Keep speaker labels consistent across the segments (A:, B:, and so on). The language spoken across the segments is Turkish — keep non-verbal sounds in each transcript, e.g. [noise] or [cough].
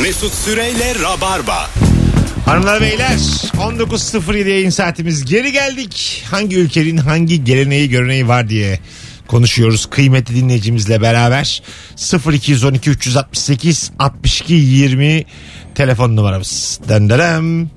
A: Mesut Süreyle Rabarba.
B: Hanımlar beyler 19.07 yayın saatimiz geri geldik. Hangi ülkenin hangi geleneği göreneği var diye konuşuyoruz kıymetli dinleyicimizle beraber. 0212 368 62 20 telefon numaramız. Denderem.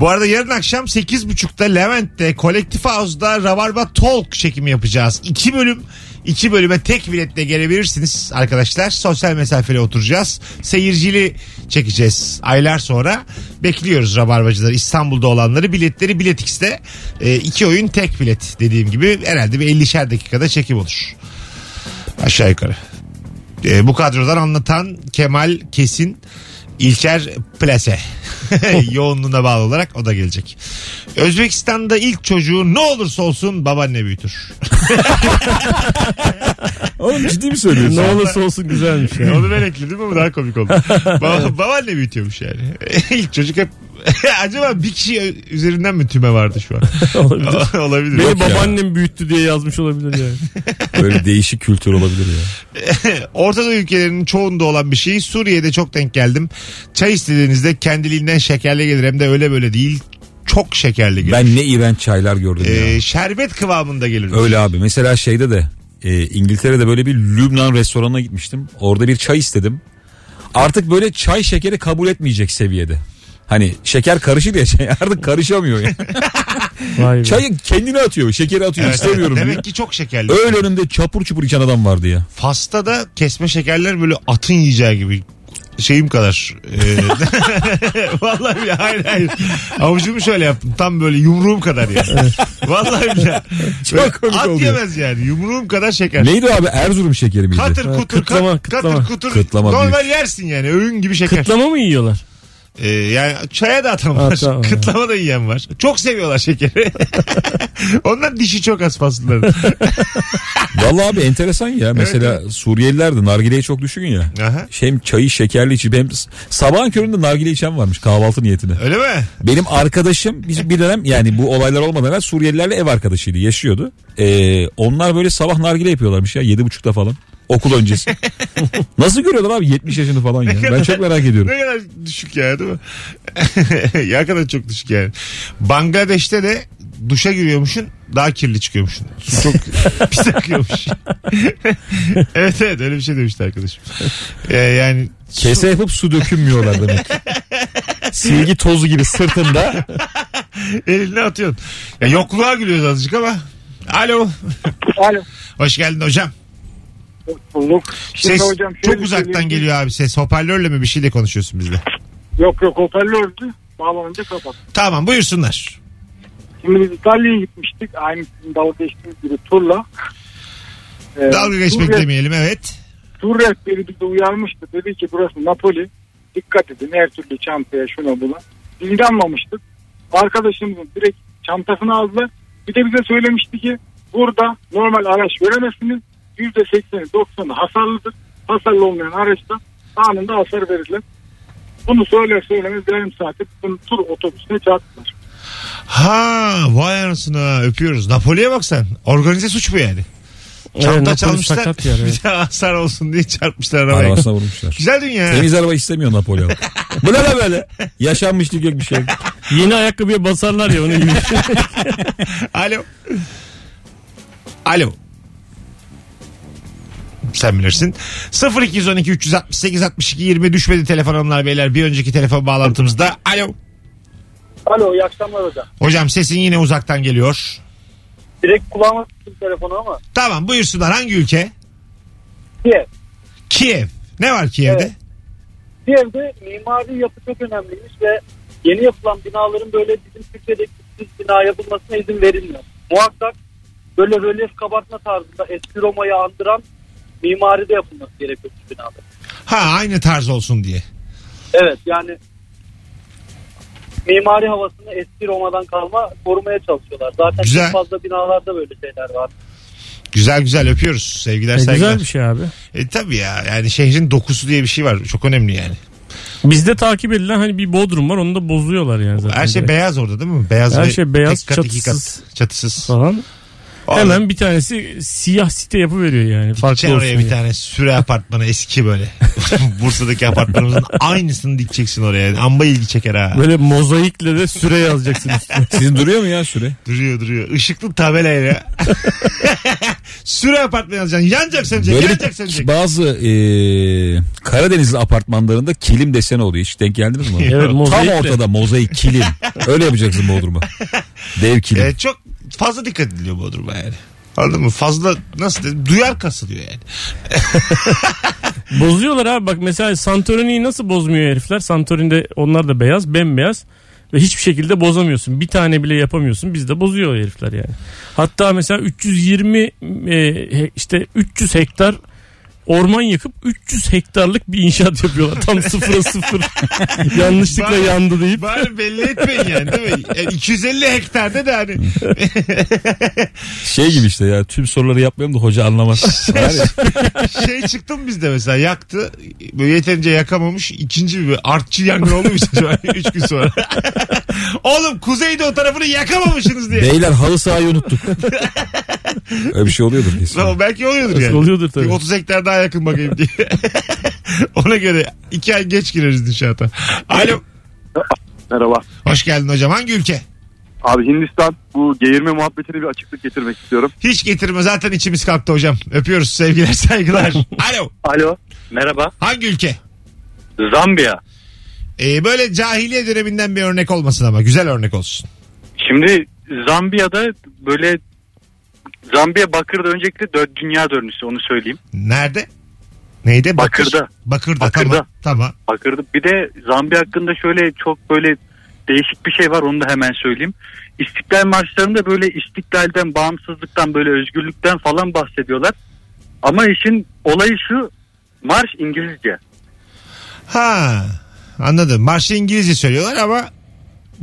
B: Bu arada yarın akşam 8.30'da Levent'te Kolektif House'da Rabarba Talk çekimi yapacağız. 2 bölüm 2 bölüme tek biletle gelebilirsiniz arkadaşlar. Sosyal mesafeli oturacağız. Seyircili çekeceğiz aylar sonra. Bekliyoruz Rabarbacıları İstanbul'da olanları. Biletleri Bilet X'te. E, iki oyun tek bilet dediğim gibi herhalde bir 50'şer dakikada çekim olur. Aşağı yukarı. E, bu kadrodan anlatan Kemal Kesin İlker Plase [laughs] yoğunluğuna bağlı olarak o da gelecek. Özbekistan'da ilk çocuğu ne olursa olsun babaanne büyütür.
C: Oğlum ciddi mi söylüyorsun?
D: Ne olursa olsun güzelmiş ya.
B: Onu ben ekledim ama daha komik [laughs] oldu. Baba, babaanne büyütüyormuş yani. [laughs] İlk çocuk hep [laughs] Acaba bir kişi üzerinden mi tüme vardı şu an? [laughs] [laughs]
D: Olabilir.
B: Olabilir.
D: Beni babaannem büyüttü diye yazmış olabilir yani.
C: Böyle değişik kültür olabilir ya.
B: [laughs] Orta Doğu ülkelerinin çoğunda olan bir şey. Suriye'de çok denk geldim. Çay istediğinizde kendiliğinden şekerli gelir hem de öyle böyle değil. Çok şekerli gelir.
C: Ben ne iğrenç çaylar gördüm ya.
B: Ee, şerbet kıvamında gelir.
C: Öyle abi. Mesela şeyde de e, İngiltere'de böyle bir Lübnan restoranına gitmiştim. Orada bir çay istedim. Artık böyle çay şekeri kabul etmeyecek seviyede. Hani şeker karışır ya [laughs] çay artık
B: [laughs]
C: karışamıyor ya.
D: Vay be.
C: Çayı kendine atıyor, şekeri atıyor.
B: Evet,
C: istemiyorum
B: Demek [laughs]
C: diyor.
B: ki çok şekerli.
C: Öyle önümde çapur çupur içen adam vardı ya.
B: Fas'ta da kesme şekerler böyle atın yiyeceği gibi şeyim kadar. Ee, [laughs] vallahi billahi hayır hayır. Avucumu şöyle yaptım. Tam böyle yumruğum kadar yani. vallahi billahi.
C: Çok
B: Böyle
C: komik
B: At
C: oluyor.
B: yemez yani. Yumruğum kadar şeker.
C: Neydi o abi Erzurum şekeri miydi?
B: Katır kutur,
D: kıtlama,
B: kat-
D: kıtlama.
B: katır kutur.
C: Kıtlama
B: normal yersin yani. Öğün gibi şeker.
D: Kıtlama mı yiyorlar?
B: Ee, yani çaya da atan var.
D: Atan var.
B: Kıtlama da yiyen var. Çok seviyorlar şekeri. [laughs] Onlar dişi çok az
D: [laughs]
B: faslıların.
C: Vallahi abi enteresan ya. Mesela Suriyeliler de nargileye çok düşkün ya.
B: Aha.
C: Hem çayı şekerli içip hem s- sabahın köründe nargile içen varmış kahvaltı niyetine.
B: Öyle mi?
C: Benim arkadaşım biz bir dönem yani bu olaylar olmadan evvel Suriyelilerle ev arkadaşıydı yaşıyordu. Ee, onlar böyle sabah nargile yapıyorlarmış ya yedi buçukta falan okul öncesi. Nasıl görüyorlar abi 70 yaşını falan ya ben çok merak ediyorum.
B: Ne kadar düşük ya değil mi? [laughs] ya kadar çok düşük yani. Bangladeş'te de duşa giriyormuşsun daha kirli çıkıyormuşsun. Su çok pis akıyormuş. [laughs] evet evet öyle bir şey demişti arkadaşım. Ee, yani
C: Kese yapıp su dökünmüyorlar demek. Silgi tozu gibi sırtında.
B: eline atıyorsun. Ya yokluğa gülüyoruz azıcık ama. Alo.
E: Alo.
B: Hoş geldin hocam.
E: Bulduk. Şimdi
B: Ses
E: hocam şöyle
B: çok
E: bir şey
B: uzaktan
E: söyleyeyim.
B: geliyor abi ses. Hoparlörle mi bir şeyle konuşuyorsun bizle?
E: Yok yok hoparlördü. Bağlanınca kapat.
B: Tamam buyursunlar.
E: Şimdi biz İtalya'ya gitmiştik. Aynı sizin dalga geçtiğiniz gibi turla. Ee,
B: Dalga geçmek
E: tur,
B: demeyelim evet.
E: tur rehberi bizi uyarmıştı. Dedi ki burası Napoli. Dikkat edin her türlü çantaya şuna buna. Biz inanmamıştık. Arkadaşımızın direkt çantasını aldılar. Bir de bize söylemişti ki burada normal araç veremezsiniz. %80'i 90'ı hasarlıdır. Hasarlı olmayan araçta anında hasar verirler. Bunu söyler söylemez yarım saate bütün tur otobüsüne çarptılar.
B: Ha vay anasını öpüyoruz. Napoli'ye bak sen. Organize suç bu yani.
D: Evet,
B: Çanta
D: Napoli
B: çalmışlar. [laughs]
D: sakat yer, evet.
B: Bir de hasar olsun diye çarpmışlar arabaya.
C: Arabasına vurmuşlar.
B: Güzel dünya.
C: Temiz araba istemiyor Napolyon. Bu ne lan böyle? Yaşanmışlık yok bir şey. yok.
D: Yeni ayakkabıya basarlar ya onu yiyor.
B: Alo. Alo. Sen bilirsin. 0212 368 62 20 düşmedi telefon hanımlar beyler. Bir önceki telefon bağlantımızda. Alo.
E: Alo iyi akşamlar hocam.
B: Hocam sesin yine uzaktan geliyor.
E: Direkt kulağıma tuttum telefonu ama.
B: Tamam buyursunlar. Hangi ülke?
E: Kiev.
B: Kiev. Ne var Kiev'de?
E: Evet. Kiev'de mimari yapı çok önemliymiş ve yeni yapılan binaların böyle bizim Türkiye'deki düz bina yapılmasına izin verilmiyor. Muhakkak böyle rölyef kabartma tarzında eski Roma'yı andıran mimaride yapılması gerekiyor bu binalar.
B: Ha aynı tarz olsun diye.
E: Evet yani mimari havasını eski Roma'dan kalma korumaya çalışıyorlar. Zaten
B: Güzel.
E: çok fazla binalarda böyle şeyler var.
B: Güzel güzel öpüyoruz. Sevgiler saygılar.
D: Güzel bir şey abi.
B: E tabii ya yani şehrin dokusu diye bir şey var. Çok önemli yani.
D: Bizde takip edilen hani bir bodrum var onu da bozuyorlar yani zaten.
B: Her şey
D: direkt
B: beyaz orada değil mi? Beyaz
D: Her
B: ve
D: şey beyaz,
B: tek kat, iki
D: çatısız.
B: kat, çatısız.
D: falan.
B: Abi,
D: Hemen bir tanesi siyah site yapıveriyor yani. Farklı
B: Sen
D: olsun
B: oraya bir
D: diye.
B: tane süre apartmanı eski
D: [laughs]
B: böyle. [laughs] Bursa'daki apartmanımızın aynısını dikeceksin oraya. Amba ilgi çeker ha.
D: Böyle mozaikle de süre yazacaksın üstüne.
C: Sizin duruyor mu ya süre?
B: Duruyor duruyor. Işıklı
D: [laughs]
B: tabelayla. süre apartmanı yazacaksın. Yanacak sönecek.
C: Böyle
B: Yanacak sönecek.
C: bazı e, Karadenizli apartmanlarında kilim deseni oluyor. Hiç denk geldiniz mi?
D: Evet,
C: Tam
D: mozaikle.
C: ortada mozaik kilim. Öyle yapacaksın Bodrum'a. Dev kilim.
B: Ee, çok fazla dikkat ediliyor Bodrum'a yani. Anladın mı? Fazla nasıl diyeyim, duyar kasılıyor yani.
D: Bozuyorlar abi bak mesela Santorini'yi nasıl bozmuyor herifler? Santorini'de onlar da beyaz, bembeyaz ve hiçbir şekilde bozamıyorsun. Bir tane bile yapamıyorsun. Bizde bozuyor herifler yani. Hatta mesela 320 e, he- işte 300 hektar orman yakıp 300 hektarlık bir inşaat yapıyorlar. Tam
B: [laughs]
D: sıfıra sıfır. Yanlışlıkla
B: Bari-
D: yandı deyip.
B: Bari belli etmeyin yani değil mi? Yani 250 hektarda da hani
C: Şey gibi işte ya tüm soruları yapmayalım da hoca anlamaz. Var ya,
B: şey çıktım bizde mesela yaktı. Böyle yeterince yakamamış. ikinci bir böyle artçı yangın olmuş. Üç gün sonra. [laughs] Oğlum kuzeydoğu tarafını yakamamışsınız diye.
C: Beyler halı sahayı unuttuk. Öyle bir şey oluyordur kesin.
B: Tamam, belki oluyordur yani.
D: Oluyordur tabii.
B: Bir 30 hektar daha yakın bakayım diye. [laughs] Ona göre iki ay geç gireriz inşaata. Alo.
F: Merhaba.
B: Hoş geldin hocam. Hangi ülke?
F: Abi Hindistan bu geğirme muhabbetine bir açıklık getirmek istiyorum.
B: Hiç getirme. Zaten içimiz kalktı hocam. Öpüyoruz. Sevgiler
D: [laughs]
B: saygılar. Alo.
F: Alo. Merhaba.
B: Hangi ülke?
F: Zambiya.
B: Ee, böyle cahiliye döneminden bir örnek olmasın ama. Güzel örnek olsun.
F: Şimdi Zambiya'da böyle Zambiya Bakır'da öncelikle dö- dünya dördüncüsü onu söyleyeyim.
B: Nerede? Neydi? Bakır.
F: Bakır'da.
B: Bakır'da.
F: Bakır'da.
B: Tamam. Tamam.
F: Bakır'da. Bir de Zambiya hakkında şöyle çok böyle değişik bir şey var onu da hemen söyleyeyim. İstiklal marşlarında böyle istiklalden, bağımsızlıktan, böyle özgürlükten falan bahsediyorlar. Ama işin olayı şu marş İngilizce.
B: Ha. Anladım. Marşı İngilizce söylüyorlar ama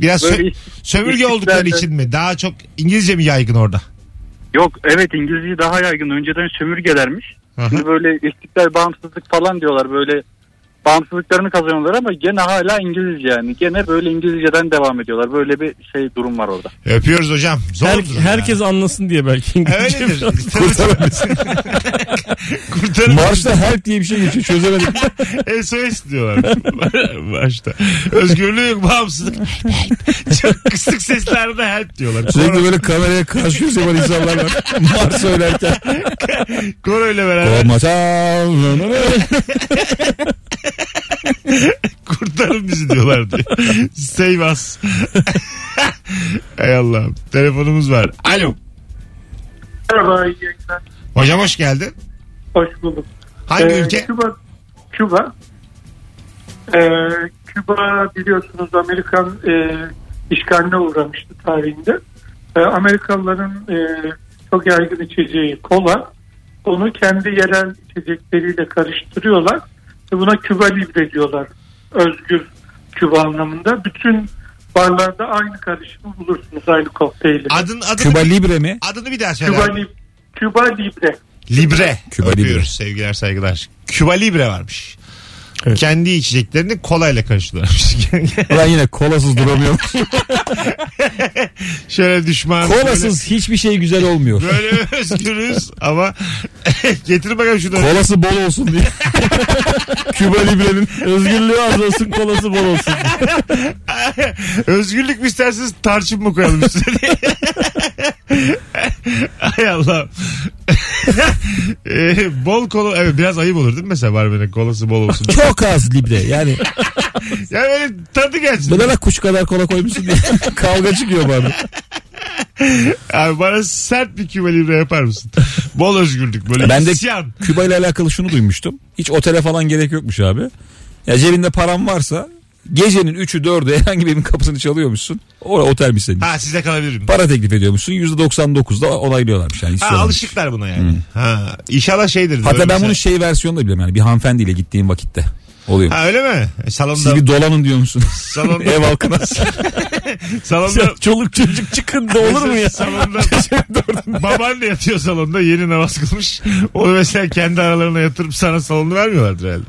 B: biraz
F: Böyle
B: sö-
F: is-
B: sömürge
F: istiklalde-
B: oldukları için mi? Daha çok İngilizce mi yaygın orada?
F: Yok evet İngilizce daha yaygın. Önceden sömürgelermiş.
B: Hı hı.
F: Şimdi böyle istiklal bağımsızlık falan diyorlar böyle bağımsızlıklarını kazanıyorlar ama gene hala İngilizce yani. Gene böyle İngilizceden devam ediyorlar. Böyle bir şey durum var orada.
B: Öpüyoruz hocam. Zor
D: Her-
B: durum ya.
D: herkes anlasın diye belki. İngilizce
B: Öyledir.
D: [laughs]
B: [laughs]
D: biraz.
B: Kurtarın. Kurtarın.
C: Marşta help diye bir şey geçiyor çözemedim.
B: SOS diyorlar. [laughs] Başta. Özgürlüğü yok, bağımsızlık. [laughs] Help, help. Çok kısık seslerde help diyorlar.
C: Sürekli böyle kameraya karşı yüz yapan insanlar var. Marş söylerken.
B: Koro ile beraber
C: Olmasa-
B: kurtarın bizi diyorlar
C: [laughs]
B: diyor. Save us. Hay Allah'ım. Telefonumuz var. Alo.
G: Merhaba, iyi yayınlar.
B: Hocam hoş geldin.
G: Hoş bulduk.
B: Hangi
G: Ee,
B: ülke?
G: Küba. Küba. Ee, Küba biliyorsunuz Amerikan e, işgaline uğramıştı tarihinde. Ee, Amerikalıların e, çok yaygın içeceği kola. Onu kendi yerel içecekleriyle karıştırıyorlar. Ve buna Küba Libre diyorlar. Özgür Küba anlamında. Bütün barlarda aynı karışımı bulursunuz. Aynı kokteyli.
B: Adın, adını,
C: Küba Libre mi?
B: adını bir daha söyle.
G: Küba,
B: abi.
G: Lib- Küba Libre.
B: Libre.
C: Küba
B: Öpüyoruz
C: Libre.
B: sevgiler saygılar. Küba Libre varmış.
D: Evet.
B: Kendi içeceklerini kolayla karıştırıyorlarmış. [laughs]
C: Ulan yine kolasız duramıyorum.
B: Şöyle düşman.
C: Kolasız hiçbir şey güzel olmuyor.
B: Böyle, böyle özgürüz ama [laughs] getir bakalım şunu.
C: Kolası bol olsun diye.
D: [laughs] Küba Libre'nin özgürlüğü az olsun kolası bol olsun.
B: [laughs] Özgürlük mü isterseniz tarçın mı koyalım üstüne diye. [laughs] Hay Allah'ım. [laughs] Ee, bol kolu evet biraz ayıp olur değil mi mesela barbenin kolası bol
C: [laughs]
B: olsun.
C: Çok az libre. Yani
B: yani böyle tadı gelsin.
C: bedava kuş kadar kola koymuşsun
D: [laughs]
C: diye. Kavga çıkıyor bana.
B: Abi bana sert bir küme libre yapar mısın? Bol özgürlük böyle
C: Ben de
B: isyan.
C: Küba ile alakalı şunu duymuştum. Hiç otele falan gerek yokmuş abi. Ya cebinde param varsa gecenin 3'ü 4'ü herhangi bir evin kapısını çalıyormuşsun. Orada otel mi senin?
B: Ha size
C: [laughs]
B: kalabilirim.
C: Para teklif ediyormuşsun. %99'da onaylıyorlarmış. Yani hiç
B: Ha,
C: sorun yok.
B: alışıklar buna yani. Ha, inşallah şeydir.
C: Hmm. Hatta
B: Böyle
C: ben bunun
B: mesela-
C: şey versiyonunu da biliyorum. Yani bir hanımefendiyle gittiğim vakitte oluyor.
B: Ha öyle mi? E,
C: Siz
B: Salonda,
C: bir
D: [laughs]
C: dolanın diyormuşsun.
B: salonda,
C: [laughs] Ev halkına.
B: salonda,
D: Çoluk
B: [laughs]
D: çocuk çıkın da olur mu ya?
B: Salonda
D: [laughs]
B: babaanne yatıyor salonda yeni namaz kılmış. Onu mesela kendi aralarına yatırıp sana salonu vermiyorlardır herhalde.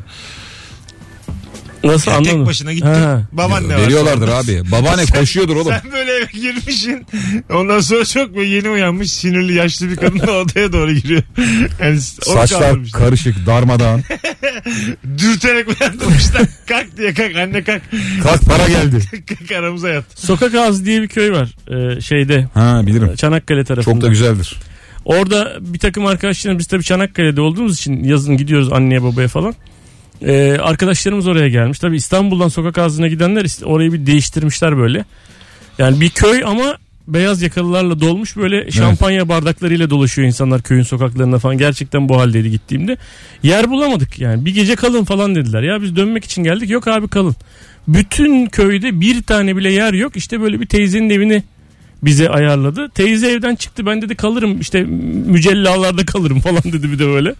D: Nasıl
B: Ya
D: anlamadım.
B: tek başına gittin.
D: Ha.
B: Baban ne var?
C: Veriyorlardır abi. Babaanne koşuyordur oğlum.
B: Sen böyle eve girmişsin. Ondan sonra çok böyle yeni uyanmış sinirli yaşlı bir kadın da odaya doğru giriyor. Yani onu
C: Saçlar
B: kaldırmışlar.
C: karışık darmadağın.
B: Dürterek uyandırmışlar. kalk diye kalk anne kalk.
C: Kalk para geldi.
B: kalk aramıza yat.
D: Sokak Ağzı diye bir köy var. Ee, şeyde
C: Ha bilirim.
D: Çanakkale tarafında.
C: Çok da güzeldir.
D: Orada bir takım arkadaşlarım biz tabii Çanakkale'de olduğumuz için yazın gidiyoruz anneye babaya falan. Ee, arkadaşlarımız oraya gelmiş. Tabii İstanbul'dan sokak ağzına gidenler is- orayı bir değiştirmişler böyle. Yani bir köy ama beyaz yakalılarla dolmuş böyle şampanya bardaklarıyla dolaşıyor insanlar köyün sokaklarında falan. Gerçekten bu haldeydi gittiğimde. Yer bulamadık yani bir gece kalın falan dediler. Ya biz dönmek için geldik yok abi kalın. Bütün köyde bir tane bile yer yok. İşte böyle bir teyzenin evini bize ayarladı. Teyze evden çıktı. Ben dedi kalırım işte mücellalarda kalırım [laughs] falan dedi bir de böyle.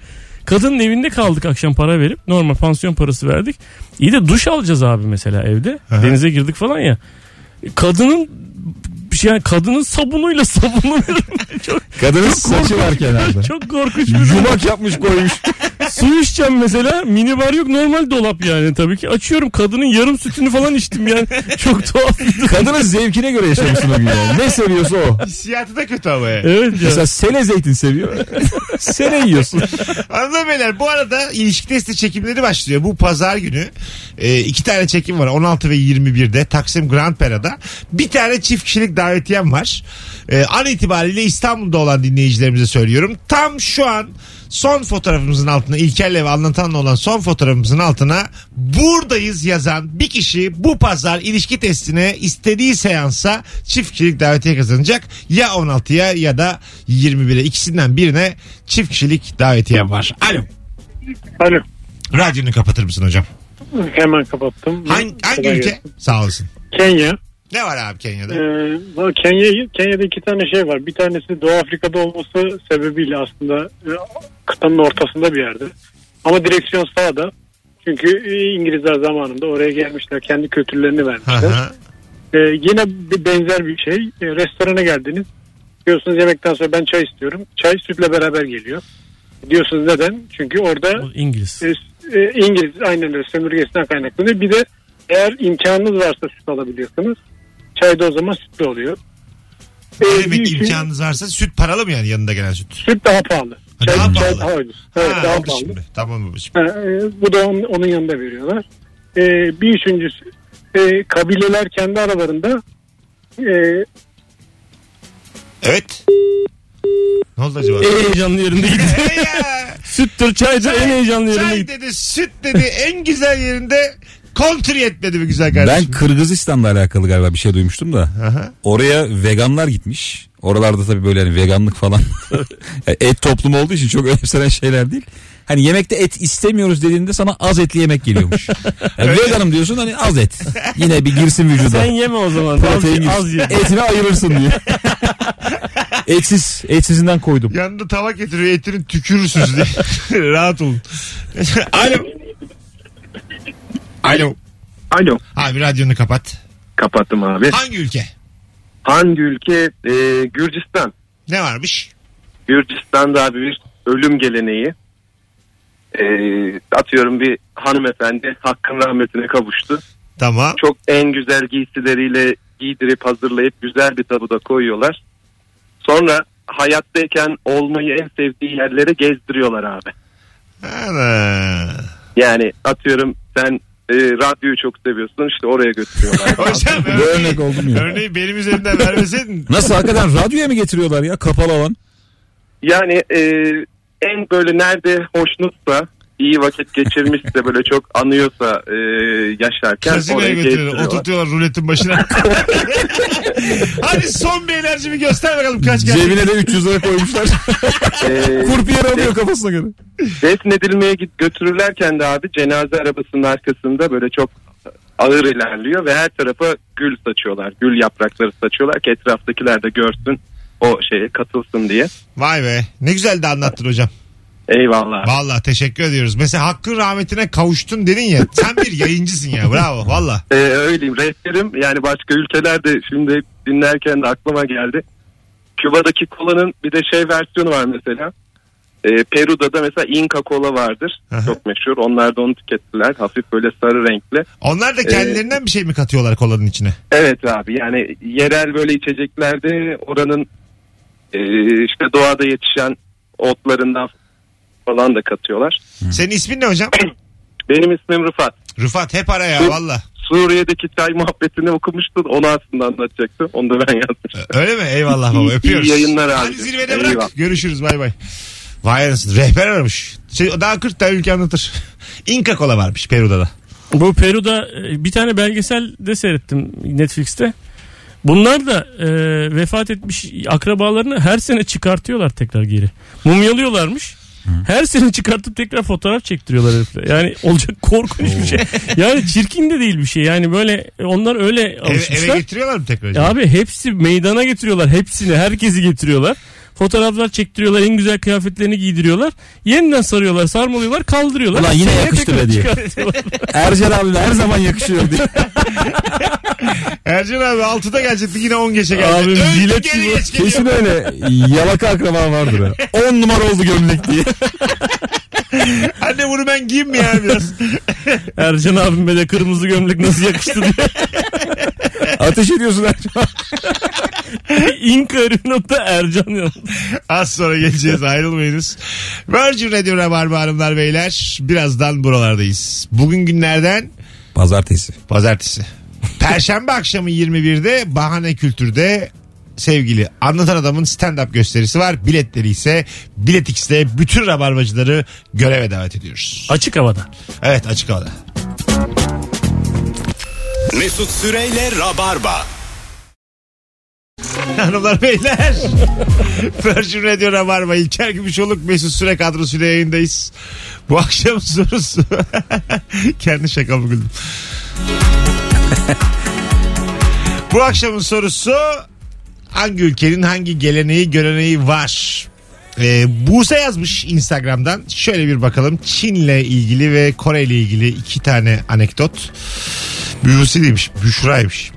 D: Kadının evinde kaldık akşam para verip normal pansiyon parası verdik. İyi de duş alacağız abi mesela evde.
B: Aha.
D: Denize girdik falan ya. Kadının bir şey yani kadının sabunuyla sabunlanıyorum. çok
C: Kadının saçı var kenarda.
D: çok korkunç bir durum.
C: Yumak yapmış [laughs] koymuş.
D: Su içeceğim mesela minibar yok normal dolap yani tabii ki. Açıyorum kadının yarım sütünü falan içtim yani. çok tuhaf. bir durum.
C: Kadının zevkine göre yaşamışsın o gün yani. Ne seviyorsa o.
B: Hissiyatı da kötü ama yani.
D: Evet ya.
C: Mesela sele zeytin seviyor. sele yiyorsun.
B: Hanımlar beyler bu arada ilişki testi çekimleri başlıyor. Bu pazar günü e, iki tane çekim var 16 ve 21'de Taksim Grand Pera'da. Bir tane çift kişilik davetiyem var. E, an itibariyle İstanbul'da olan dinleyicilerimize söylüyorum. Tam şu an son fotoğrafımızın altına İlker'le ve anlatanla olan son fotoğrafımızın altına buradayız yazan bir kişi bu pazar ilişki testine istediği seansa çift kişilik davetiye kazanacak. Ya 16'ya ya da 21'e ikisinden birine çift kişilik davetiye var. Alo.
E: Alo.
B: Radyonu kapatır mısın hocam?
E: Hemen kapattım.
B: Hangi, hangi
E: Kolay
B: ülke?
E: gelsin.
B: Sağ olsun.
E: Kenya.
B: Ne var abi Kenya'da?
E: Ee, valla Kenya Kenya'da iki tane şey var. Bir tanesi Doğu Afrika'da olması sebebiyle aslında e, kıtanın ortasında bir yerde. Ama direksiyon sağda. Çünkü e, İngilizler zamanında oraya gelmişler. Kendi kültürlerini
B: Hı
E: vermişler.
B: hı.
E: Ee, yine bir benzer bir şey. Ee, restorana geldiniz. Diyorsunuz yemekten sonra ben çay istiyorum. Çay sütle beraber geliyor. Diyorsunuz neden? Çünkü orada
D: Bu İngiliz.
E: e, e, İngiliz aynen öyle sömürgesinden kaynaklanıyor. Bir de eğer imkanınız varsa süt alabiliyorsunuz. Çay da o zaman sütlü oluyor. Ee,
B: Ne
E: bir
B: demek
E: iki-
B: imkanınız varsa süt paralı mı yani yanında gelen süt?
E: Süt daha pahalı.
B: Ha,
E: Çay
B: daha
E: daha
B: pahalı.
E: pahalı. Daha ucuz. Evet,
B: Ha,
E: daha
B: oldu
E: pahalı.
B: şimdi. Tamam babacığım.
E: Ha, e, bu da onun, onun yanında veriyorlar. E, bir üçüncüsü e, kabileler kendi aralarında e,
B: Evet. Ne oldu acaba?
D: En heyecanlı yerinde gitti.
B: Ee, ya.
D: Süttür çaycı en heyecanlı yerine
B: Çay
D: gitti.
B: dedi, süt dedi, en güzel yerinde country etmedi mi güzel
C: Ben
B: kardeşim?
C: Kırgızistan'la alakalı galiba bir şey duymuştum da.
B: Aha.
C: Oraya veganlar gitmiş. Oralarda tabii böyle hani
D: [laughs]
C: veganlık falan. Yani et toplumu olduğu için çok önemsenen şeyler değil. Hani yemekte et istemiyoruz dediğinde sana az etli
D: [laughs]
C: yemek geliyormuş. Yani veganım diyorsun hani az et. Yine bir girsin vücuda.
D: Sen yeme o zaman.
C: Protein
D: Az- Az
C: girsin.
D: [laughs] ye.
C: Etine
D: [laughs]
C: ayırırsın diye. Etsiz. Etsizinden koydum.
B: Yanında tava getiriyor etini tükürürsünüz diye. Rahat olun. [laughs] Alo. Alo.
H: Alo.
B: Abi radyonu kapat.
H: Kapattım abi.
B: Hangi ülke?
H: Hangi ülke? Ee, Gürcistan.
B: Ne varmış?
H: Gürcistan'da abi bir ölüm geleneği. Ee, atıyorum bir hanımefendi hakkın rahmetine kavuştu.
B: Tamam.
H: Çok en güzel giysileriyle giydirip hazırlayıp güzel bir tabuda koyuyorlar. Sonra hayattayken olmayı en sevdiği yerlere gezdiriyorlar abi.
B: Ana.
H: Yani atıyorum sen e, radyoyu çok seviyorsun işte
B: [laughs]
H: oraya götürüyorlar.
B: Hocam
C: Bu
B: örneği,
C: örnek oldum ya.
B: örneği benim üzerinden
C: [laughs]
B: vermeseydin.
C: Nasıl hakikaten radyoya mı getiriyorlar ya kapalı alan?
H: Yani e, en böyle nerede hoşnutsa iyi vakit geçirmişse böyle çok anıyorsa e, yaşarken
B: Kazinoya
H: oraya
B: götürüyorlar.
H: getiriyorlar.
B: Oturtuyorlar ruletin başına. Hadi son bir enerjimi göster bakalım kaç geldi.
C: Cebine de 300
D: [laughs]
C: lira koymuşlar.
H: E,
C: Kurpiyer alıyor kafasına göre.
H: defnedilmeye git götürürlerken de abi cenaze arabasının arkasında böyle çok ağır ilerliyor ve her tarafa gül saçıyorlar. Gül yaprakları saçıyorlar ki etraftakiler de görsün o şeye katılsın diye.
B: Vay be. Ne güzel de anlattın hocam.
H: Eyvallah.
B: Valla teşekkür ediyoruz. Mesela hakkın rahmetine kavuştun dedin ya. Sen bir yayıncısın ya. Bravo. Valla.
H: Ee, öyleyim rehberim yani başka ülkelerde şimdi dinlerken de aklıma geldi. Küba'daki kolanın bir de şey versiyonu var mesela. Ee, Peru'da da mesela Inca Kola vardır.
B: Aha.
H: Çok meşhur. Onlar da onu tükettiler. Hafif böyle sarı renkli.
B: Onlar da kendilerinden bir şey mi katıyorlar kolanın içine?
H: Evet abi yani yerel böyle içeceklerde oranın e, işte doğada yetişen otlarından falan da katıyorlar.
B: Senin ismin ne hocam?
H: Benim ismim Rıfat.
B: Rıfat hep ara ya
H: Su-
B: valla.
H: Suriye'deki çay muhabbetini okumuştun. Onu aslında anlatacaktım. Onu da ben yazmıştım.
B: Öyle mi? Eyvallah baba
H: İyi- iyi
B: öpüyoruz.
H: yayınlar abi.
B: Hadi zirvede bırak.
H: Eyvallah.
B: Görüşürüz bay bay. Vay anasını rehber aramış. Şey, daha 40 tane ülke anlatır. Inka kola varmış Peru'da da.
D: Bu Peru'da e, bir tane belgesel de seyrettim Netflix'te. Bunlar da e, vefat etmiş akrabalarını her sene çıkartıyorlar tekrar geri. Mumyalıyorlarmış. Her sene çıkartıp tekrar fotoğraf çektiriyorlar herifler. Yani olacak korkunç bir şey. Yani çirkin de değil bir şey. Yani böyle e, onlar öyle
B: Eve,
D: alışmışlar.
B: eve getiriyorlar mı tekrar?
D: Ya E Abi hepsi meydana getiriyorlar. Hepsini herkesi getiriyorlar. Fotoğraflar çektiriyorlar. En güzel kıyafetlerini giydiriyorlar. Yeniden sarıyorlar, sarmalıyorlar, kaldırıyorlar.
C: Ulan yine
D: Sonra
C: yakıştı
D: tekrar
C: be diye.
D: çıkartıyorlar.
C: Ercan abiyle her zaman yakışıyor diye.
B: Ercan abi 6'da gelecekti yine 10 geçe geldi.
D: Abi,
B: Öldü,
D: bilet
B: geri
D: gibi.
B: geç geliyor.
C: Kesin öyle yalaka akraba vardır. 10 numara oldu gömlek
B: [laughs]
C: diye.
B: Anne bunu ben giyeyim mi yani biraz?
D: Ercan abime de kırmızı gömlek nasıl yakıştı
C: [laughs]
D: diye.
C: Ateş ediyorsun Ercan.
D: İnka da Ercan yazdı.
B: Az sonra geleceğiz ayrılmayınız. Virgin Radio Rabarba Hanımlar Beyler. Birazdan buralardayız. Bugün günlerden
C: Pazartesi.
B: Pazartesi. Perşembe akşamı 21'de Bahane Kültür'de sevgili anlatan adamın stand-up gösterisi var. Biletleri ise Bilet X'te bütün rabarbacıları göreve davet ediyoruz.
D: Açık havada.
B: Evet açık havada.
A: Mesut Süreyle Rabarba.
B: [laughs] Hanımlar beyler. Virgin Radio Rabarba İlker Gümüşoluk Mesut Süre kadrosuyla yayındayız. Bu akşam sorusu. [laughs] Kendi şakamı güldüm. [laughs] Bu akşamın sorusu hangi ülkenin hangi geleneği göreneği var? Ee, Buse yazmış Instagram'dan. Şöyle bir bakalım. Çin'le ilgili ve Kore'yle ilgili iki tane anekdot. Buse demiş, Büşra'ymış.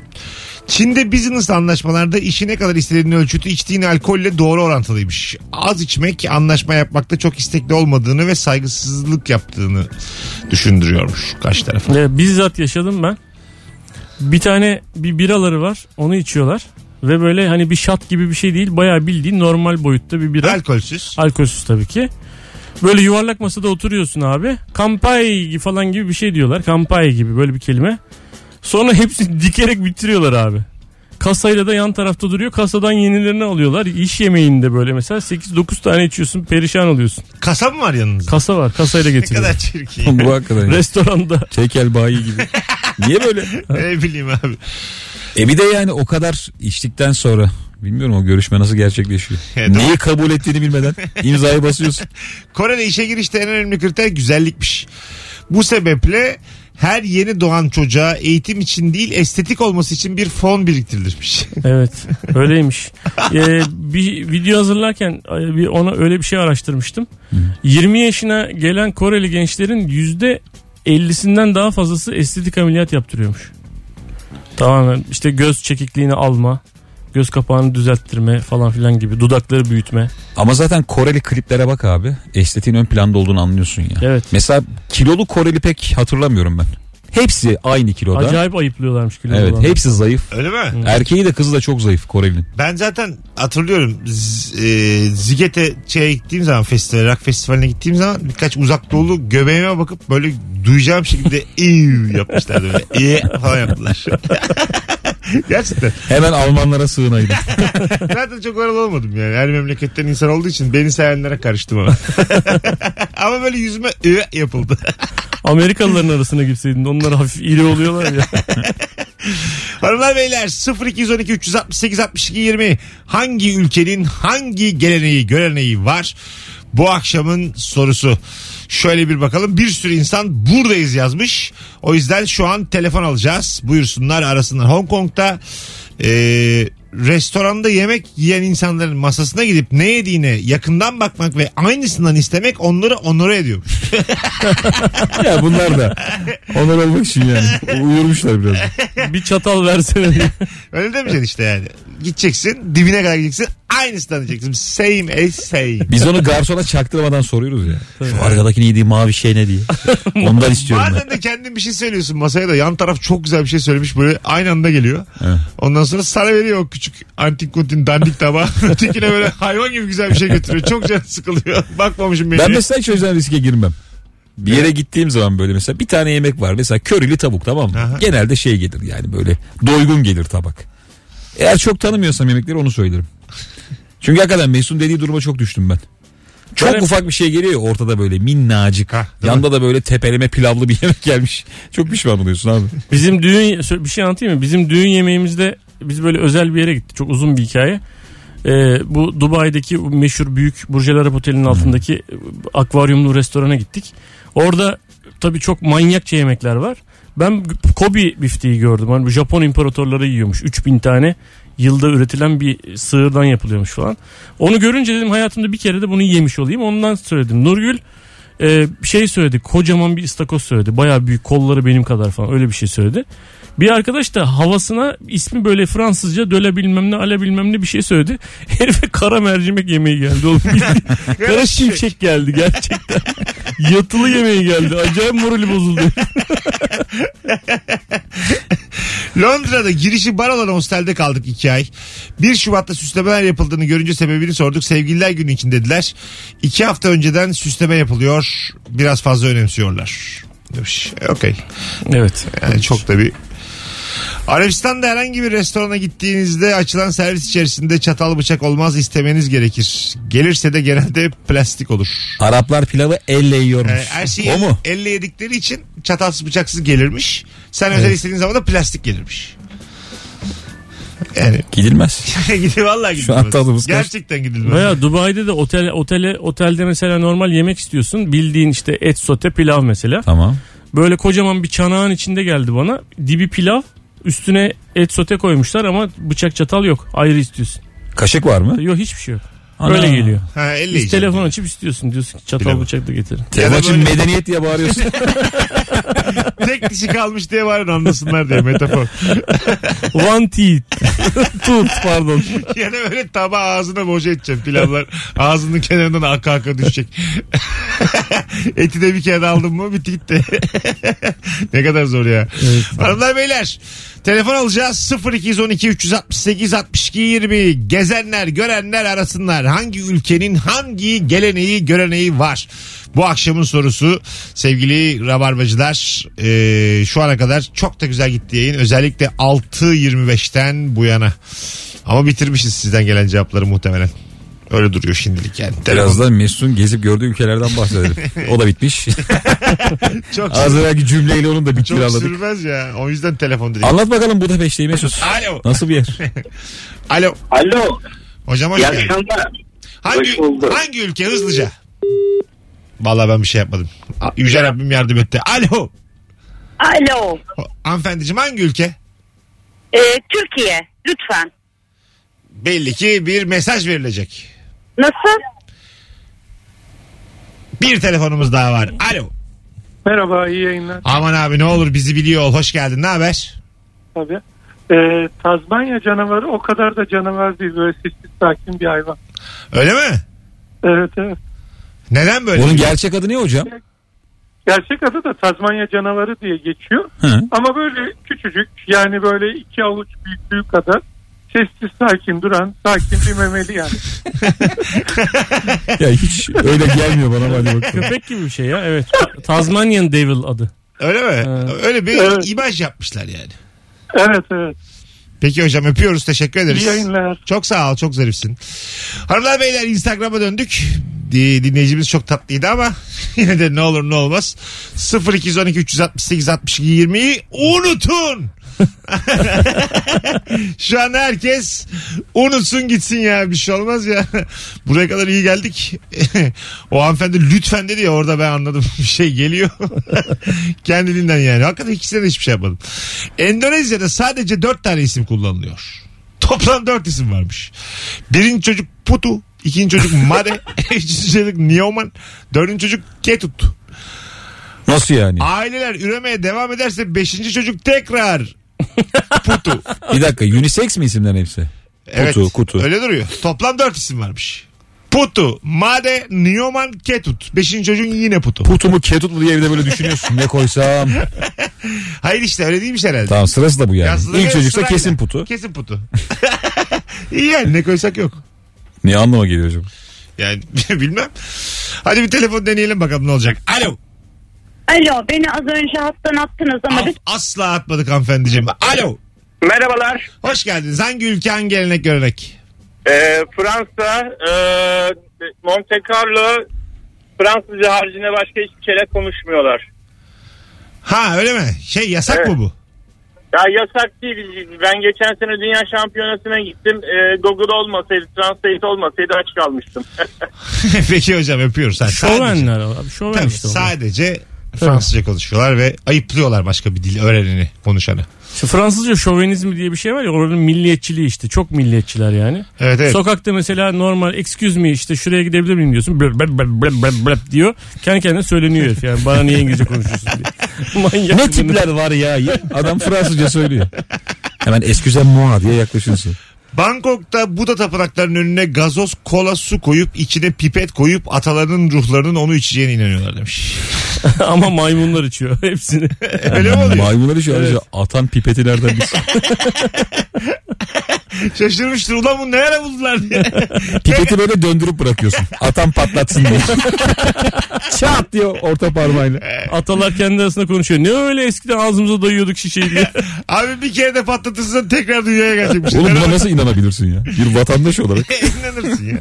B: Çin'de business anlaşmalarda işi ne kadar istediğin ölçütü içtiğin alkolle doğru orantılıymış. Az içmek anlaşma yapmakta çok istekli olmadığını ve saygısızlık yaptığını düşündürüyormuş karşı tarafa.
D: Ee, bizzat yaşadım ben. Bir tane bir biraları var. Onu içiyorlar. Ve böyle hani bir şat gibi bir şey değil. Bayağı bildiğin normal boyutta bir bira.
B: Alkolsüz.
D: Alkolsüz tabii ki. Böyle yuvarlak masada oturuyorsun abi. Kampai falan gibi bir şey diyorlar. Kampai gibi böyle bir kelime. Sonra hepsini [laughs] dikerek bitiriyorlar abi. Kasayla da yan tarafta duruyor. Kasadan yenilerini alıyorlar. İş yemeğinde böyle mesela 8-9 tane içiyorsun. Perişan oluyorsun.
B: Kasa mı var yanınızda?
D: Kasa var. Kasayla
B: ne
D: getiriyor.
B: kadar [laughs] çirkin.
C: [laughs] Bu hakikaten. ya.
D: Restoranda.
C: Tekel bayi gibi. Niye böyle?
B: ne bileyim abi.
C: E bir de yani o kadar içtikten sonra bilmiyorum o görüşme nasıl gerçekleşiyor.
B: [laughs] Evet,
C: Neyi kabul ettiğini bilmeden imzayı basıyorsun.
B: Kore'de işe girişte en önemli kriter güzellikmiş. Bu sebeple her yeni doğan çocuğa eğitim için değil estetik olması için bir fon biriktirilirmiş.
D: Evet. Öyleymiş. Ee, bir video hazırlarken e, bir ona öyle bir şey araştırmıştım. 20 yaşına gelen Koreli gençlerin yüzde 50'sinden daha fazlası estetik ameliyat yaptırıyormuş. Tamamen işte göz çekikliğini alma, göz kapağını düzelttirme falan filan gibi dudakları büyütme.
C: Ama zaten Koreli kliplere bak abi. Estetiğin ön planda olduğunu anlıyorsun ya.
D: Evet.
C: Mesela kilolu Koreli pek hatırlamıyorum ben. Hepsi aynı kiloda.
D: Acayip ayıplıyorlarmış kilo
C: Evet
D: olanları.
C: hepsi zayıf.
B: Öyle mi?
C: Erkeği de kızı da çok zayıf Koreli'nin.
B: Ben zaten hatırlıyorum Z- e, Ziget'e şeye gittiğim zaman festivale, rock festivaline gittiğim zaman birkaç uzak doğulu göbeğime bakıp böyle duyacağım şekilde ev yapmışlardı böyle. E falan yaptılar. Gerçekten.
C: Hemen Almanlara sığınaydı.
B: Zaten çok oralı olmadım yani. Her memleketten insan olduğu için beni sevenlere karıştım ama. ama böyle yüzüme e yapıldı.
D: Amerikalıların arasına girseydin onlar hafif iri oluyorlar ya.
B: Hanımlar beyler 0212 368 62 20 hangi ülkenin hangi geleneği göreneği var? Bu akşamın sorusu. Şöyle bir bakalım bir sürü insan buradayız yazmış. O yüzden şu an telefon alacağız. Buyursunlar arasınlar. Hong Kong'da e, restoranda yemek yiyen insanların masasına gidip ne yediğine yakından bakmak ve aynısından istemek onları onore ediyor.
C: ya bunlar da onlar olmak için yani. Uyurmuşlar biraz.
D: bir çatal versene diye.
B: Öyle demeyeceksin işte yani. Gideceksin dibine kadar gideceksin. Aynısını diyecektim. Same as same.
C: Biz onu garsona çaktırmadan soruyoruz ya. Şu arkadaki neydi mavi şey ne [laughs] diye. Ondan istiyorum ben.
B: Bazen de kendin bir şey söylüyorsun masaya da yan taraf çok güzel bir şey söylemiş böyle aynı anda geliyor. Ondan sonra sana veriyor o küçük antik kuntin dandik tabağı. Ötekine böyle hayvan gibi güzel bir şey götürüyor. Çok canı sıkılıyor. [laughs] Bakmamışım menüye.
C: Ben mesela hiç o yüzden riske girmem. Bir yere gittiğim zaman böyle mesela bir tane yemek var. Mesela körili tavuk tamam mı?
B: Aha.
C: Genelde şey gelir yani böyle doygun gelir tabak. Eğer çok tanımıyorsam yemekleri onu söylerim. Çünkü hakikaten Mesut'un dediği duruma çok düştüm ben. Çok
D: Böyle-
C: ufak bir şey geliyor ya ortada böyle minnacık.
B: Ha, değil
C: Yanda da böyle tepeleme pilavlı bir [laughs] yemek gelmiş. Çok pişman oluyorsun abi.
D: Bizim düğün şöyle bir şey anlatayım mı? Bizim düğün yemeğimizde biz böyle özel bir yere gittik. Çok uzun bir hikaye. Ee, bu Dubai'deki o meşhur büyük Burj Al Arab Oteli'nin altındaki e, akvaryumlu restorana gittik. Orada tabii çok manyakça yemekler var. Ben Kobe bifteği gördüm. Hani bu Japon imparatorları yiyormuş. 3000 tane yılda üretilen bir sığırdan yapılıyormuş falan. Onu görünce dedim hayatımda bir kere de bunu yemiş olayım. Ondan söyledim. Nurgül e, şey söyledi. Kocaman bir istakoz söyledi. Bayağı büyük kolları benim kadar falan öyle bir şey söyledi. Bir arkadaş da havasına ismi böyle Fransızca döle bilmem ne ale bilmem ne bir şey söyledi. [laughs] Herife kara mercimek yemeği geldi oğlum. kara şimşek geldi gerçekten. [laughs] Yatılı yemeği geldi. Acayip morali bozuldu.
B: Londra'da girişi bar olan hostelde kaldık 2 ay. 1 Şubat'ta süslemeler yapıldığını görünce sebebini sorduk. Sevgililer günü için dediler. 2 hafta önceden süsleme yapılıyor. Biraz fazla önemsiyorlar. Demiş. E, Okey.
D: Evet.
B: Yani çok da bir... Arabistan'da herhangi bir restorana gittiğinizde açılan servis içerisinde çatal bıçak olmaz istemeniz gerekir. Gelirse de genelde plastik olur.
C: Araplar pilavı elle yiyormuş.
B: E, her şeyi
C: O mu?
B: elle yedikleri için çatalsız bıçaksız gelirmiş. Sen özel istediğin zaman da plastik gelirmiş. [laughs] Yani
C: Gidilmez.
B: [laughs] Gidi vallahi gidilmez.
C: an tadımız kaçtı.
B: Gerçekten gidilmez.
D: Baya Dubai'de de otel otele otelde mesela normal yemek istiyorsun. Bildiğin işte et sote pilav mesela.
C: Tamam.
D: Böyle kocaman bir çanağın içinde geldi bana. Dibi pilav, üstüne et sote koymuşlar ama bıçak çatal yok. Ayrı istiyorsun.
C: Kaşık var mı?
D: Yok hiçbir şey yok.
C: Ana.
D: Öyle geliyor.
B: Ha, elle
D: Biz
B: yiyeceksin.
D: telefon açıp istiyorsun diyorsun ki çatal
B: Pilavı.
D: bıçak da getirin. [laughs]
C: Telefon için
B: böyle-
C: medeniyet
B: [laughs]
C: diye bağırıyorsun.
B: [laughs] Tek dişi kalmış diye var anlasınlar diye metafor. [laughs]
D: One teeth. Tooth pardon.
B: yani böyle tabağı ağzına boca edeceğim pilavlar. Ağzının kenarından aka aka düşecek. [laughs] Eti de bir kere aldım mı bitti gitti. [laughs] ne kadar zor ya. Hanımlar beyler telefon alacağız 0212 368 62 20 gezenler görenler arasınlar hangi ülkenin hangi geleneği göreneği var bu akşamın sorusu sevgili rabarbacılar e, şu ana kadar çok da güzel gitti yayın özellikle 6.25'ten bu yana ama bitirmişiz sizden gelen cevapları muhtemelen öyle duruyor şimdilik yani telefon
C: Birazdan Mesut'un gezip gördüğü ülkelerden bahsedelim. O
B: [laughs]
C: da bitmiş.
B: çok,
C: Az evvelki cümleyle onun da bittiğini
B: çok
C: anladık.
B: sürmez ya o yüzden telefon dedik
C: Anlat bakalım Budapeşte'yi Mesut.
B: Alo.
C: Nasıl bir yer?
B: [laughs] alo
F: Alo.
B: hocam hoş
F: iyi
B: geldin
F: akşamlar.
B: Hangi,
F: Hoş bulduk.
B: hangi ülke hızlıca? Vallahi ben bir şey yapmadım. Yüce Rabbim yardım etti. Alo.
I: Alo.
B: Hanımefendiciğim hangi ülke?
I: Ee, Türkiye lütfen.
B: Belli ki bir mesaj verilecek.
I: Nasıl?
B: Bir telefonumuz daha var. Alo.
G: Merhaba iyi yayınlar
B: Aman abi ne olur bizi biliyor ol. Hoş geldin. Ne haber?
G: tabii. Ee, Tazmanya canavarı o kadar da canavar değil böyle sessiz sakin bir hayvan.
B: Öyle mi?
G: Evet evet.
B: Neden böyle?
C: Onun gerçek adı ne hocam?
G: Gerçek adı da Tazmanya canavarı diye geçiyor.
C: Hı.
G: Ama böyle küçücük yani böyle iki avuç büyüklüğü kadar sessiz sakin duran sakin bir memeli yani.
C: Ya hiç öyle gelmiyor bana ama hadi bakalım.
D: Köpek gibi bir şey ya evet. Tasmanian Devil adı.
B: Öyle mi?
D: Evet.
B: Öyle bir
G: Evet.
B: imaj yapmışlar yani.
G: Evet evet.
B: Peki hocam öpüyoruz. Teşekkür ederiz.
G: İyi yayınlar.
B: Çok sağ ol. Çok zarifsin. Hanımlar beyler Instagram'a döndük. Di- Dinleyicimiz çok tatlıydı ama [laughs] yine de ne olur ne olmaz. 0212 368 62 20'yi unutun. Şu an herkes unutsun gitsin ya bir şey olmaz ya. [laughs] Buraya kadar iyi geldik. [laughs] o hanımefendi lütfen dedi ya orada ben anladım [laughs] bir şey geliyor. Kendiliğinden yani. Hakikaten ikisine de hiçbir şey yapmadım. Endonezya'da sadece dört tane isim kullanılıyor. Toplam dört isim varmış. Birinci çocuk Putu, ikinci çocuk Made, [laughs] üçüncü çocuk Nioman, dördüncü çocuk Ketut.
C: Nasıl yani?
B: Aileler üremeye devam ederse beşinci çocuk tekrar Putu.
C: Bir dakika unisex mi isimlerin hepsi?
B: Evet.
C: Putu, kutu.
B: Öyle duruyor. Toplam dört isim varmış. Putu, Made, Nioman, Ketut. Beşinci çocuğun yine Putu.
C: Putu mu ketut mu diye evde böyle düşünüyorsun. ne koysam.
B: Hayır işte öyle değilmiş herhalde.
C: Tamam sırası da bu yani.
B: Yazılı
C: İlk
B: ve
C: çocuksa
B: sırayla.
C: kesin putu.
B: Kesin putu. [laughs] İyi yani ne koysak yok.
C: Ne anlama geliyor acaba?
B: Yani [laughs] bilmem. Hadi bir telefon deneyelim bakalım ne olacak. Alo.
I: Alo beni az önce hattan attınız ama
B: Af- asla atmadık hanımefendiciğim. Alo.
J: Merhabalar.
B: Hoş geldiniz. Hangi ülke hangi gelenek görenek?
J: Ee, Fransa, e, Monte Carlo, Fransızca haricinde başka hiçbir şeyle konuşmuyorlar.
B: Ha öyle mi? Şey yasak
J: Evet.
B: mı bu? [laughs]
J: Ya yasak değil. Ben geçen sene Dünya Şampiyonası'na gittim. Ee, Google olmasaydı, Translate olmasaydı aç kalmıştım.
B: Peki hocam öpüyoruz. Ha, sadece,
D: Şovenler abi. Şoven
B: tabii,
D: işte. onlar.
B: sadece Fransızca konuşuyorlar ve ayıplıyorlar başka bir dil öğreneni konuşanı.
D: Şu Fransızca şovenizmi diye bir şey var ya oranın milliyetçiliği işte. Çok milliyetçiler yani.
B: Evet evet.
D: Sokakta mesela normal excuse me işte şuraya gidebilir miyim diyorsun. Blöp blöp blöp blöp blöp blöp diyor. Kendi kendine söyleniyor herif yani bana niye İngilizce konuşuyorsun diye. [laughs] Manyak
C: Ne tipler var ya? Adam Fransızca [laughs] söylüyor. Hemen esküzen moi diye yaklaşıyorsun.
B: Bangkok'ta Buda tapınaklarının önüne gazoz kola su koyup içine pipet koyup atalarının ruhlarının onu içeceğine inanıyorlar demiş. [laughs]
D: Ama maymunlar içiyor [laughs] hepsini.
B: Öyle mi oluyor?
C: Maymunları şu
D: Evet.
C: ayrıca atan pipetilerden biz.
B: Şaşırmıştır ulan bunu ne ara buldular diye.
D: [laughs]
C: Pipeti böyle döndürüp [laughs] bırakıyorsun. Atan patlatsın diye. [laughs] Çat diyor orta parmağıyla.
D: Atalar kendi arasında konuşuyor. Ne öyle eskiden ağzımıza dayıyorduk şişeyi diye.
B: Abi bir kere de patlatırsan tekrar dünyaya gelecekmiş.
C: Oğlum buna nasıl inanabilirsin ya? Bir vatandaş olarak.
B: [laughs] İnanırsın ya.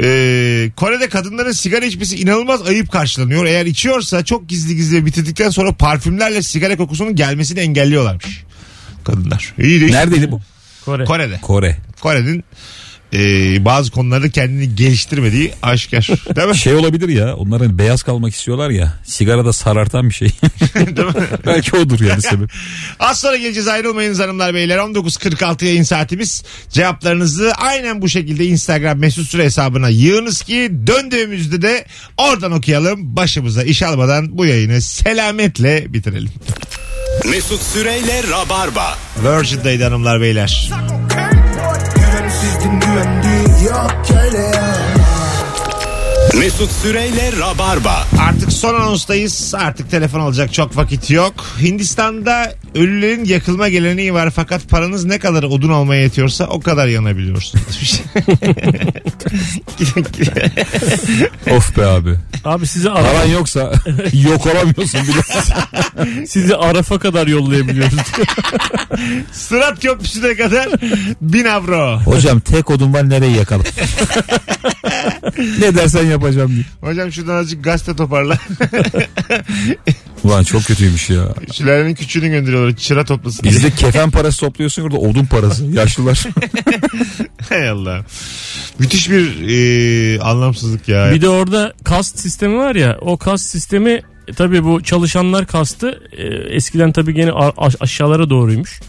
B: Ee, Kore'de kadınların sigara içmesi inanılmaz ayıp karşılanıyor. Eğer içiyorsa çok gizli gizli bitirdikten sonra parfümlerle sigara kokusunun gelmesini engelliyorlarmış. Kadınlar. İyi değil.
C: Neredeydi bu?
D: Kore.
B: Kore'de.
C: Kore.
B: Kore'nin e, bazı konularda kendini geliştirmediği aşikar.
C: [laughs]
B: Değil mi?
C: Şey olabilir ya. Onlar hani beyaz kalmak istiyorlar ya. Sigara da sarartan bir [laughs] şey.
B: Değil mi?
C: Belki odur yani sebep.
B: Az sonra geleceğiz ayrılmayınız hanımlar beyler. 19.46 yayın saatimiz. Cevaplarınızı aynen bu şekilde Instagram mesut süre hesabına yığınız ki döndüğümüzde de oradan okuyalım. Başımıza iş almadan bu yayını selametle bitirelim.
A: Mesut Süreyle Rabarba.
B: Virgin'daydı hanımlar beyler.
A: Mesut Süreyle Rabarba.
B: Artık son anonstayız. Artık telefon alacak çok vakit yok. Hindistan'da ölülerin yakılma geleneği var fakat paranız ne kadar odun almaya yetiyorsa o kadar yanabiliyorsunuz. [laughs]
C: Of be abi.
D: Abi sizi, ara-
C: Paran [laughs] yoksa yok olamıyorsun bile.
D: sizi Araf'a kadar yollayabiliyoruz.
B: Sırat köprüsüne kadar [laughs] bin avro.
C: Hocam tek odun var nereye yakalım? [laughs] ne dersen yapacağım diye.
B: Hocam şuradan azıcık gazete toparla. [laughs]
C: Ulan çok kötüymüş ya.
B: Sülalenin küçüğünü gönderiyorlar. Çıra toplasın. diye.
C: Bizde kefen parası topluyorsun orada odun parası. Yaşlılar.
B: Hay Allah. Müthiş bir e, anlamsızlık ya.
D: bir de orada kast sistemi var ya. O kast sistemi e, tabii bu çalışanlar kastı e, eskiden tabii gene a- a- aşağılara doğruymuş.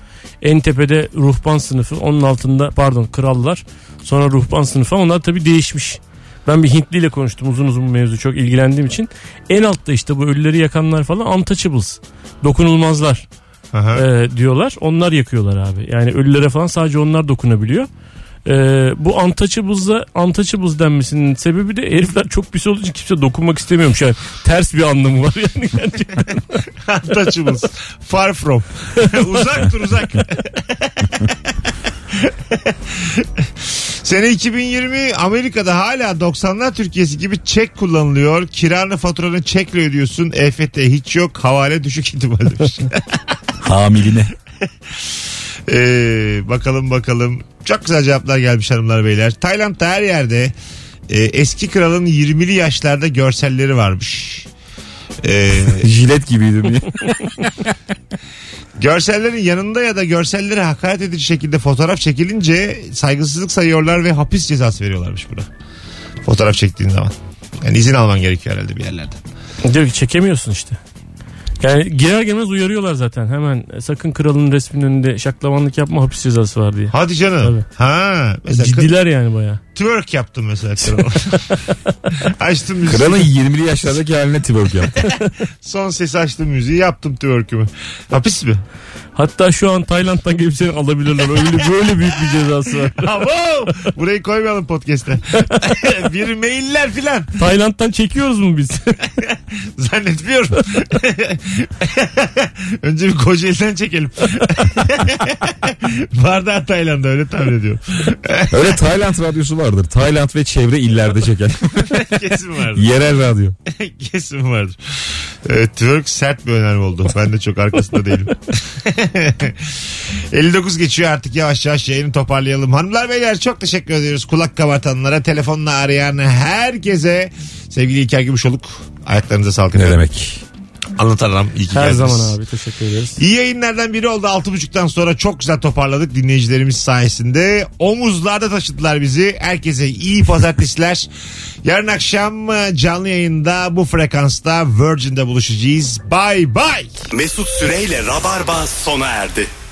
D: En tepede ruhban sınıfı onun altında pardon krallar sonra ruhban sınıfı ama onlar tabii değişmiş. Ben bir Hintli ile konuştum uzun uzun bu mevzu çok ilgilendiğim için. En altta işte bu ölüleri yakanlar falan untouchables. Dokunulmazlar.
B: Aha.
D: e, diyorlar. Onlar yakıyorlar abi. Yani ölülere falan sadece onlar dokunabiliyor. E, bu untouchables'a untouchables denmesinin sebebi de herifler çok pis olduğu için kimse dokunmak istemiyormuş. Yani ters bir anlamı var yani. [laughs] gerçekten.
B: [laughs] Untouchables. Far from. [laughs] uzak dur uzak. [laughs] Sene 2020 Amerika'da hala 90'lar Türkiye'si gibi çek kullanılıyor. Kiranı faturanı çekle ödüyorsun. E EFT hiç yok. Havale düşük ihtimal demiş.
C: Hamiline.
B: Ee, bakalım bakalım. Çok güzel cevaplar gelmiş hanımlar beyler. Tayland'da her yerde e, eski kralın 20'li yaşlarda görselleri varmış. Ee,
C: Jilet gibiydim diye.
B: görsellerin yanında ya da görsellere hakaret edici şekilde fotoğraf çekilince saygısızlık sayıyorlar ve hapis cezası veriyorlarmış buna. Fotoğraf çektiğin zaman. Yani izin alman gerekiyor herhalde bir yerlerden.
D: Diyor ki çekemiyorsun işte. Yani girer girmez uyarıyorlar zaten hemen e, sakın kralın resminin önünde şaklamanlık yapma hapis cezası var diye.
B: Hadi canım. Ha, mesela kı-
D: Ciddiler yani baya.
B: twerk yaptım mesela. krala. açtım müziği.
C: [laughs] Kralın 20'li yaşlardaki haline twerk yaptı.
B: Son sesi açtım müziği yaptım twerk'ümü. Hapis mi?
D: Hatta şu an Tayland'dan gelip seni alabilirler. Öyle böyle büyük bir cezası [laughs] var.
B: Abo! Burayı koymayalım podcast'e. [laughs] bir mailler filan.
D: Tayland'dan çekiyoruz mu biz?
B: Zannetmiyorum. [laughs] Önce bir Kocaeli'den çekelim. [laughs] Vardı ha Tayland'da öyle tahmin ediyorum.
C: Öyle Tayland radyosu vardır. Tayland ve çevre illerde çeken.
B: Kesin vardı.
C: [laughs] Yerel radyo.
B: [laughs] Kesin vardır. Evet, Türk sert bir önerme oldu. Ben de çok arkasında değilim. [laughs] 59 geçiyor artık yavaş yavaş yayını toparlayalım. Hanımlar beyler çok teşekkür ediyoruz. Kulak kabartanlara, telefonla arayan herkese. Sevgili İlker Gümüşoluk ayaklarınıza sağlık.
C: Ne
B: efendim.
C: demek?
B: Anlatan adam iyi ki
D: [laughs] Her
B: geldiniz.
D: zaman abi teşekkür ederiz.
B: İyi yayınlardan biri oldu. 6.30'dan sonra çok güzel toparladık dinleyicilerimiz sayesinde. Omuzlarda taşıdılar bizi. Herkese iyi pazartesiler. Yarın akşam e, canlı yayında bu frekansta Virgin'de buluşacağız. Bye bye.
A: Mesut Süreyle Rabarba sona erdi.